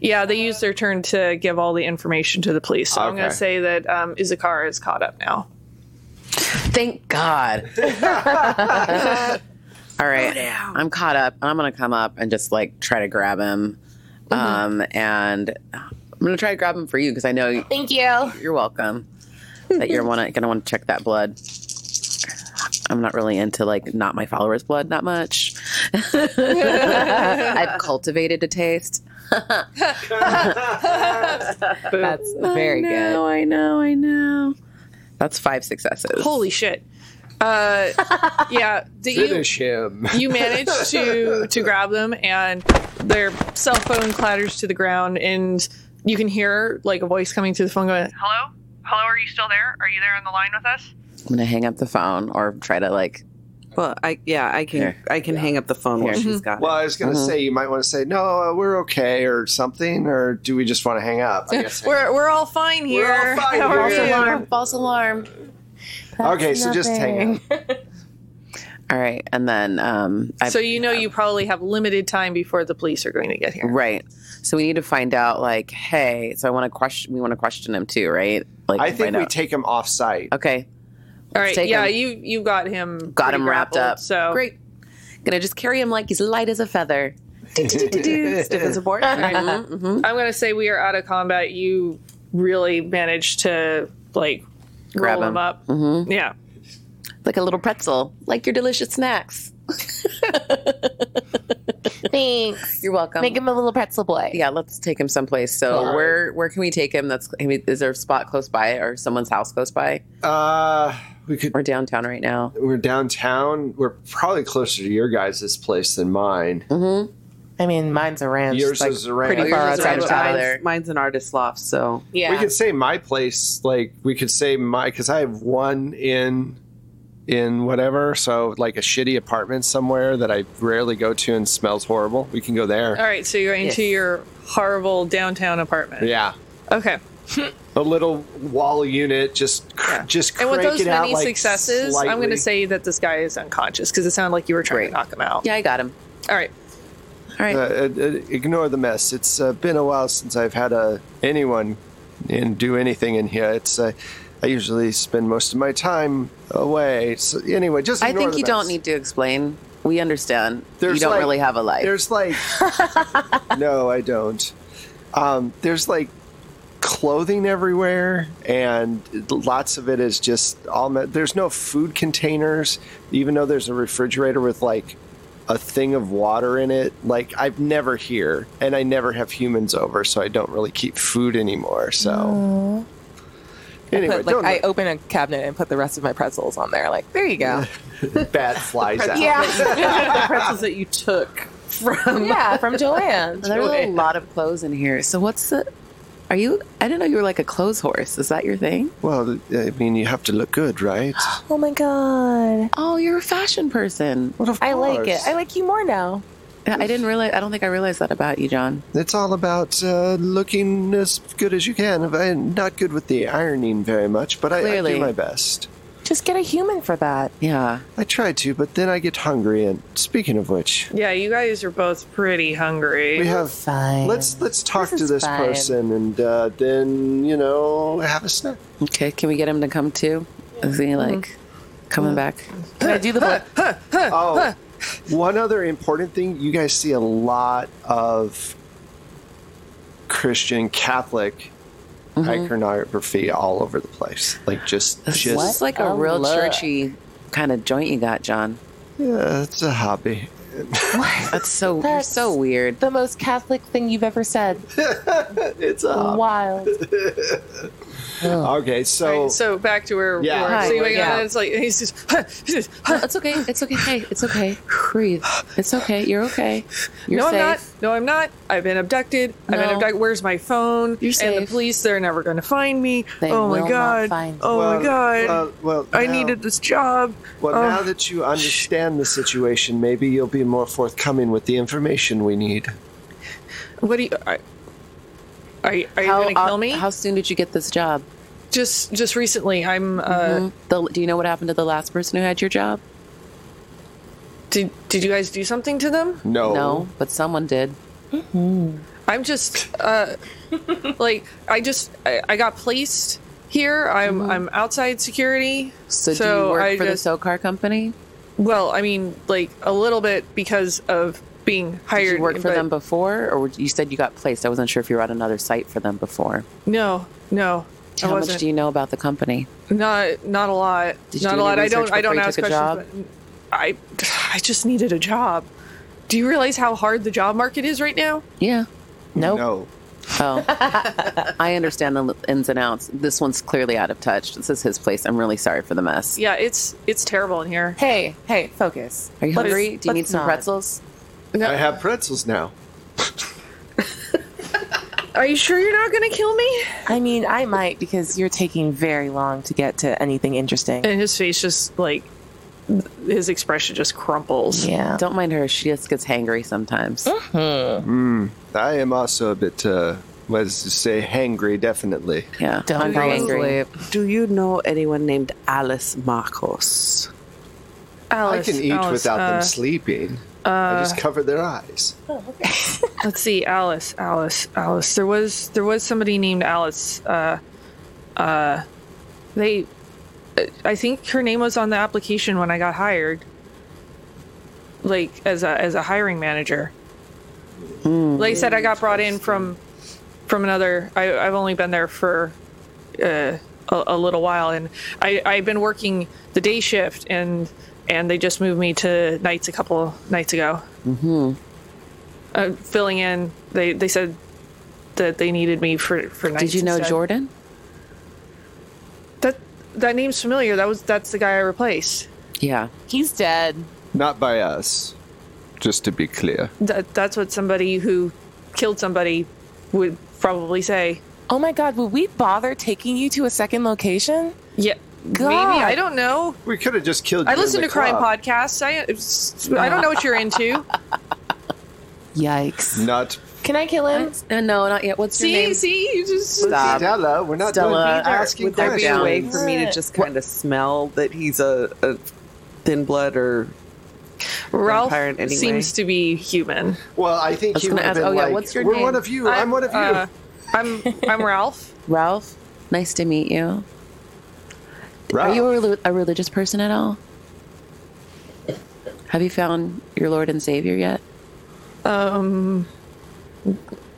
Yeah, they use their turn to give all the information to the police. So I'm going Okay. to say that um, Izakara is caught up now. Thank God. All right. I'm caught up. I'm going to come up and just like try to grab him. Um, and I'm going to try to grab him for you because I know Thank you. you're welcome. that you're wanna, gonna want to check that blood. I'm not really into like not my followers' blood, not much. I've cultivated a taste. That's very good. No, I know, I know. That's five successes. Holy shit. Uh, yeah, that you, Finish him. you manage to, to grab them, and their cell phone clatters to the ground, and you can hear like a voice coming through the phone going, Hello? Hello, are you still there? Are you there on the line with us? I'm gonna hang up the phone or try to like. Well, I yeah, I can Here. I can hang up the phone while Here. she's got Well, I was Mm-hmm. going to say you might want to say no, uh, we're okay or something, or do we just want to hang up? I guess. We're, we're all fine here. We're all fine How are here. you? false alarm. okay, so just hang up. All right, and then um, I, So you know you probably have limited time before the police are going to get here. right. So we need to find out like, hey. So I want to question. We want to question him too, right? Like, I think find we out- take him off site. okay. All right. take Yeah, him. you you got him got pretty him wrapped grappled, up. So great. Gonna just carry him like he's light as a feather. it. Stiff and support. I'm gonna say we are out of combat. You really managed to like Grab roll him, him. Mm-hmm. up. Yeah. Like a little pretzel, like your delicious snacks. Thanks. You're welcome. Make him a little pretzel boy. yeah, let's take him someplace. So where where can we take him? That's I mean, is there a spot close by or someone's house close by? Uh, we could. We're downtown right now. We're downtown. We're probably closer to your guys' place than mine. I mean, mine's a ranch. Yours Mm-hmm. like, is a ranch. pretty far Yours is outside right of outside. town. Tyler. Mine's, mine's an artist loft, so Yeah. We could say my place. Like we could say my because I have one in in whatever. So like a shitty apartment somewhere that I rarely go to and smells horrible. We can go there. All right. So you're into your horrible downtown apartment. Yeah. Okay. A little wall unit, just cr- just And with crank those it out, many like, successes, I'm going slightly. to say that this guy is unconscious because it sounded like you were trying to knock him out. Yeah, I got him. All right. All right. Uh, uh, uh, ignore the mess. It's uh, been a while since I've had uh, anyone in do anything in here. It's uh, I usually spend most of my time away. So anyway, just I ignore think the you don't mess. need to explain. We understand. There's you don't like- really have a life. There's like no, I don't. Um, there's like clothing everywhere, and lots of it is just all. Me- there's no food containers, even though there's a refrigerator with like a thing of water in it. Like I've never here, and I never have humans over, so I don't really keep food anymore. So. Anyway, Put, like, don't I open a cabinet and put the rest of my pretzels on there. Like, there you go. let bat flies out. the pretzels that you took from yeah, from Joanne. There are a lot of clothes in here. So what's the? Are you? I didn't know you were like a clothes horse. Is that your thing? Well, I mean, you have to look good, right? Oh my god. Oh, you're a fashion person. Well, of I like it. course. I like you more now. I didn't realize. I don't think I realized that about you, John. It's all about uh, looking as good as you can. If I'm not good with the ironing very much, but I, I do Clearly. my best. Just get a human for that. Yeah. I try to, but then I get hungry. And speaking of which, Yeah, you guys are both pretty hungry. we have. Fine. Let's let's talk This to is this fine. person and uh, then you know have a snack. Okay. Can we get him to come too? Is he like coming back? Can I do the blood? Oh, one other important thing: you guys see a lot of Christian Catholic iconography all over the place. Like just just This is like a, a real look. churchy kind of joint you got, John. yeah, it's a hobby. That's so That's- you're so weird. The most Catholic thing you've ever said. It's a Oh. hobby. Wild. Okay, Oh. All so right, so back to where Yeah. we were. So you wake up Yeah. and it's like he's just, No, it's okay. It's okay. Hey, it's okay. Breathe. It's okay. You're okay. You're no, safe. I'm not. No, I'm not. I've been abducted. I've been No. abducted. Where's my phone? You're And the safe. police, they're never going to find me. They oh my will not god. find you. oh my god. Well, well, I now- needed this job. Well, oh. now that you understand the situation, maybe you'll be more forthcoming with the information we need. What do you? Are, are you, are you going to uh, kill me? How soon did you get this job? Hmm? just just recently, I'm. Uh, Mm-hmm. The, do you know what happened to the last person who had your job? Did Did you guys do something to them? No. No, but someone did. I'm just uh, like I just I, I got placed here. I'm I'm outside security. Mm-hmm. So, do you work I for just- the SoCar company? Well, I mean, like a little bit because of being hired. Did you work for but them before, or were- you said you got placed? I wasn't sure if you were on another site for them before. No, no. I How much wasn't. do you know about the company? Not not a lot. Did you not do a lot. any I don't research I don't before you ask took a questions. but I I just needed a job. Do you realize how hard the job market is right now? Yeah. Nope. No. Oh, I understand the ins and outs. This one's clearly out of touch. This is his place. I'm really sorry for the mess. Yeah, it's it's terrible in here. Hey, hey, focus. Are you Let's- hungry? Do you need let's some not. pretzels? I have pretzels now. Are you sure you're not going to kill me? I mean, I might because you're taking very long to get to anything interesting. And his face just like his expression just crumples. Yeah. Don't mind her. She just gets hangry sometimes. I am also a bit, uh, let's just say, hangry, definitely. Yeah. Don't fall be asleep. Do you know anyone named Alice Marcos? I Alice, can eat Alice, without uh, them sleeping. I just cover their eyes. uh, Let's see, Alice, Alice, Alice. There was there was somebody named Alice. Uh, uh, they, I think her name was on the application when I got hired, like as a as a hiring manager. Hmm. Like I said, I got brought in from from another. I, I've only been there for uh, a, a little while, and I I've been working the day shift, and and they just moved me to nights a couple nights ago Mm-hmm. uh, filling in. They they said that they needed me for for nights. Did you know instead. Jordan? That that name's familiar. That was that's the guy I replaced. Yeah. He's dead. Not by us, just to be clear. That that's what somebody who killed somebody would probably say. Oh my God, would we bother taking you to a second location? Yeah. Maybe I don't know. We could have just killed. I you in listen the to crime club. podcasts. I it's- I don't know what you're into. Yikes. Not Can I kill him? Uh, no, not yet. What's see, your name? see, you just Stop. Stella. We're not Stella, uh, done asking would there be a way questions. for me to just kind of smell that he's a, a thin blood or Ralph Vampire in any seems to be human. Well, I think was he gonna would have ask- been oh, yeah, like, what's your "We're name?" one of you. I'm one of you." uh, I'm I'm Ralph. Ralph. Nice to meet you. Are Ralph. you a, rel- a religious person at all? Have you found your Lord and Savior yet?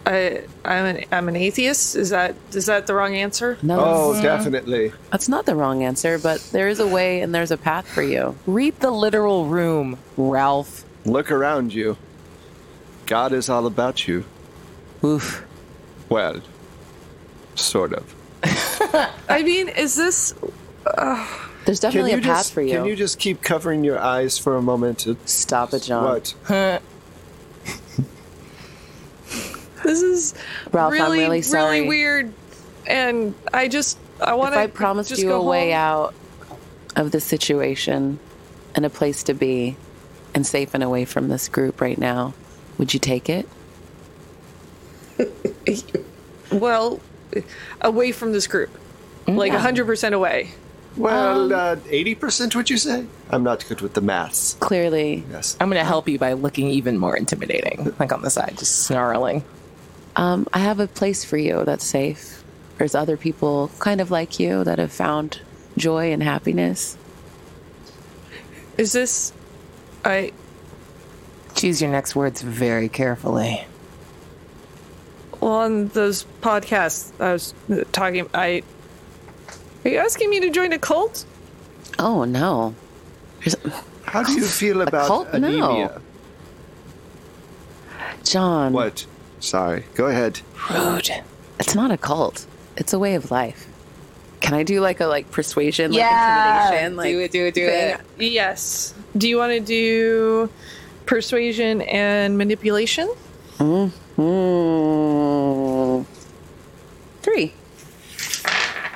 I I'm an I'm an atheist. Is that is that the wrong answer? No. Oh, that's- Mm-hmm. definitely. That's not the wrong answer, but there is a way and there's a path for you. Read the literal room, Ralph. Look around you. God is all about you. Oof. Well, sort of. I mean, is this There's definitely a path just for you. can you just keep covering your eyes for a moment? It's Stop it, John. what? this is Ralph, really I'm really sorry. weird, and I just I want If to. I promised you a way out of the situation and a place to be and safe and away from this group right now, would you take it? Well, away from this group, Mm-hmm. like hundred percent away. Um, Well, uh, eighty percent. Would you say? I'm not good with the maths. Clearly, Yes. I'm gonna help you by looking even more intimidating, like on the side, just snarling. um, I have a place for you that's safe. There's other people kind of like you that have found joy and happiness. Is this? I Choose your next words very carefully. well, on those podcasts I was uh, talking. I are you asking me to join a cult? Oh, no. How do you feel about cult? No. anemia? John, What? Sorry. Go ahead. Rude. it's not a cult, it's a way of life. Can I do like a like persuasion, Yeah. like intimidation, like do it, do it, do thing? it. Yes. Do you want to do persuasion and manipulation? Mm, three.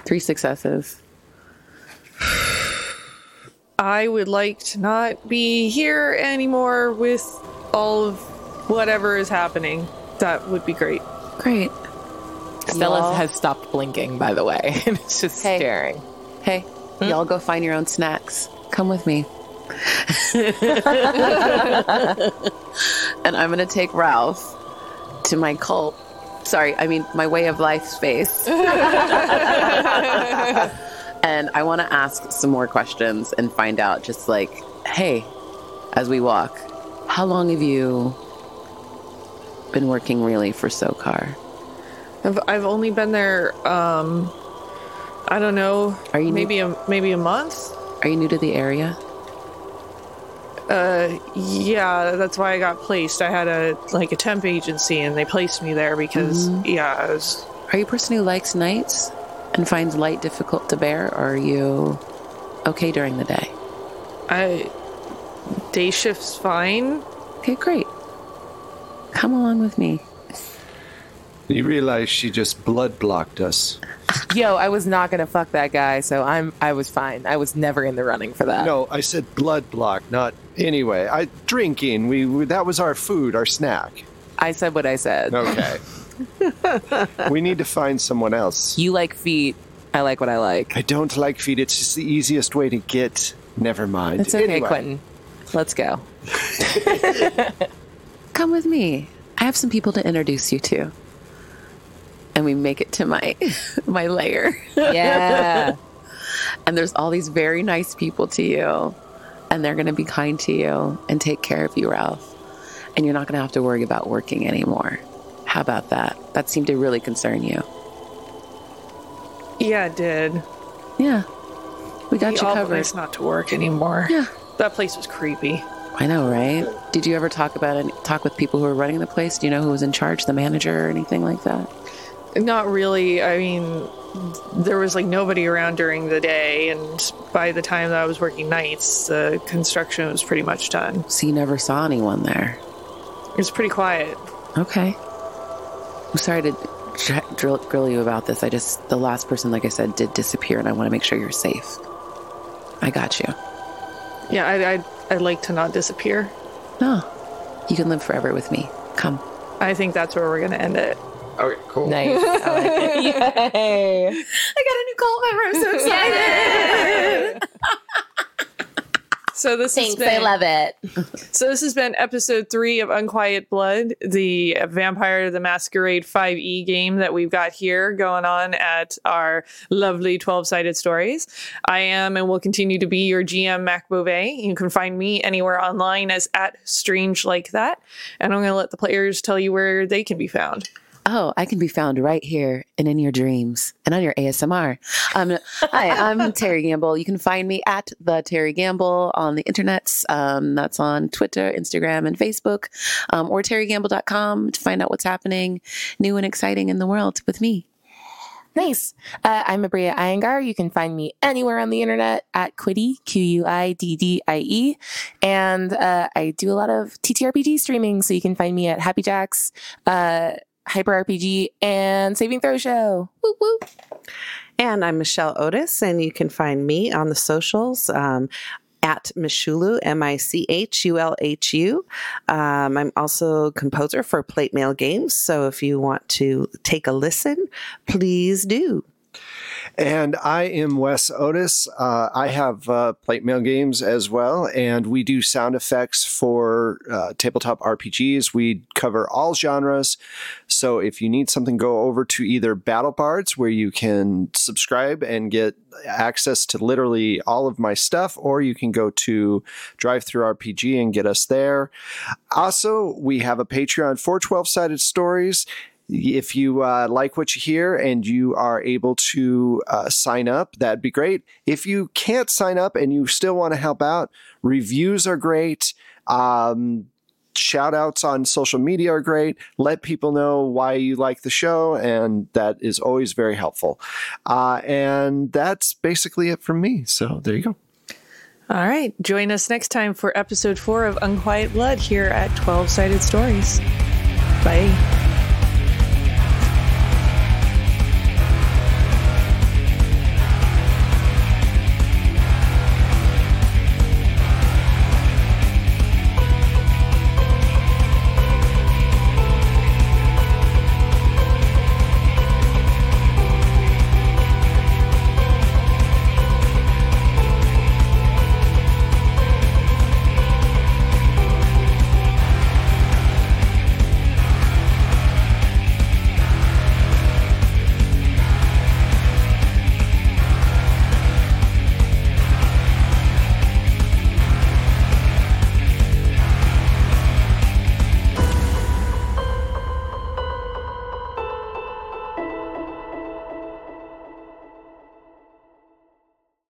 Three successes. I would like to not be here anymore with all of whatever is happening. That would be great. Great. Stella Y'all- has stopped blinking, by the way, and it's just Hey. staring. Hmm? Hey, y'all go find your own snacks. Come with me. and I'm going to take Ralph to my cult. Sorry, I mean my way of life space. and I want to ask some more questions and find out just like, hey, as we walk, how long have you been working really for SOCAR? I've, I've only been there. Um, I don't know. Are you new- maybe a maybe a month? Are you new to the area? Uh, yeah, that's why I got placed. I had a like a temp agency, and they placed me there because Mm-hmm. yeah, I was Are you a person who likes nights and finds light difficult to bear, or are you okay during the day? I day shift's fine. Okay, great. Come along with me. You realize she just blood blocked us. Yo, I was not gonna fuck that guy, so I'm I was fine. I was never in the running for that. No, I said blood block, not anyway. I drinking. We, we that was our food, our snack. I said what I said. Okay. we need to find someone else. You like feet. I like what I like. I don't like feet. It's just the easiest way to get. Never mind. It's okay, Anyway, Quentin. Let's go. Come with me. I have some people to introduce you to. And we make it to my my lair. Yeah. and there's all these very nice people to you and they're going to be kind to you and take care of you ralph and you're not going to have to worry about working anymore how about that that seemed to really concern you Yeah, it did. yeah we got He you all covered place not to work anymore. Yeah. that place was creepy. i know right did you ever talk about and talk with people who were running the place do you know who was in charge the manager or anything like that Not really. I mean, there was like nobody around during the day, and by the time that I was working nights, the construction was pretty much done. so you never saw anyone there It was pretty quiet. Okay. I'm sorry to dr- drill, grill you about this. I just, the last person, like I said, did disappear, and I want to make sure you're safe. I got you. Yeah, I'd, I'd, I'd like to not disappear. No, you can live forever with me. Come. I think that's where we're going to end it. nice. Yay. I got a new cult member. I'm so excited. So this is Thanks, I love it. So this has been episode three of Unquiet Blood, the Vampire the Masquerade 5e game that we've got here going on at our lovely 12-sided stories. I am and will continue to be your GM Mac Beauvais. You can find me anywhere online as at strange like that. And I'm gonna let the players tell you where they can be found. oh, I can be found right here and in your dreams and on your ASMR. Um, hi, I'm Terry Gamble. You can find me at the Terry Gamble on the internets. Um, that's on Twitter, Instagram, and Facebook, um, or terrygamble.com to find out what's happening new and exciting in the world with me. Nice. Uh, I'm Abria Iyengar. You can find me anywhere on the internet at Quiddy, Q U I D D I E. And uh, I do a lot of TTRPG streaming, so you can find me at Happy Jacks, uh, Hyper RPG, and Saving Throw Show. Woo woo. And I'm Michelle Otis, and you can find me on the socials um, at Mishulu, M I C H U L H U. Um, I'm also composer for Plate Mail Games, so if you want to take a listen, please do. And I am Wes Otis. Uh, I have uh, plate mail games as well, and we do sound effects for uh, tabletop RPGs. We cover all genres. So if you need something, go over to either Battle Bards, where you can subscribe and get access to literally all of my stuff, or you can go to Drive Through RPG and get us there. Also, we have a Patreon for 12 sided stories if you uh, like what you hear and you are able to uh, sign up, that'd be great. If you can't sign up and you still want to help out, reviews are great. Um, shout outs on social media are great. Let people know why you like the show, and that is always very helpful. Uh, and that's basically it from me. So there you go. All right. Join us next time for episode four of Unquiet Blood here at 12-sided stories. Bye.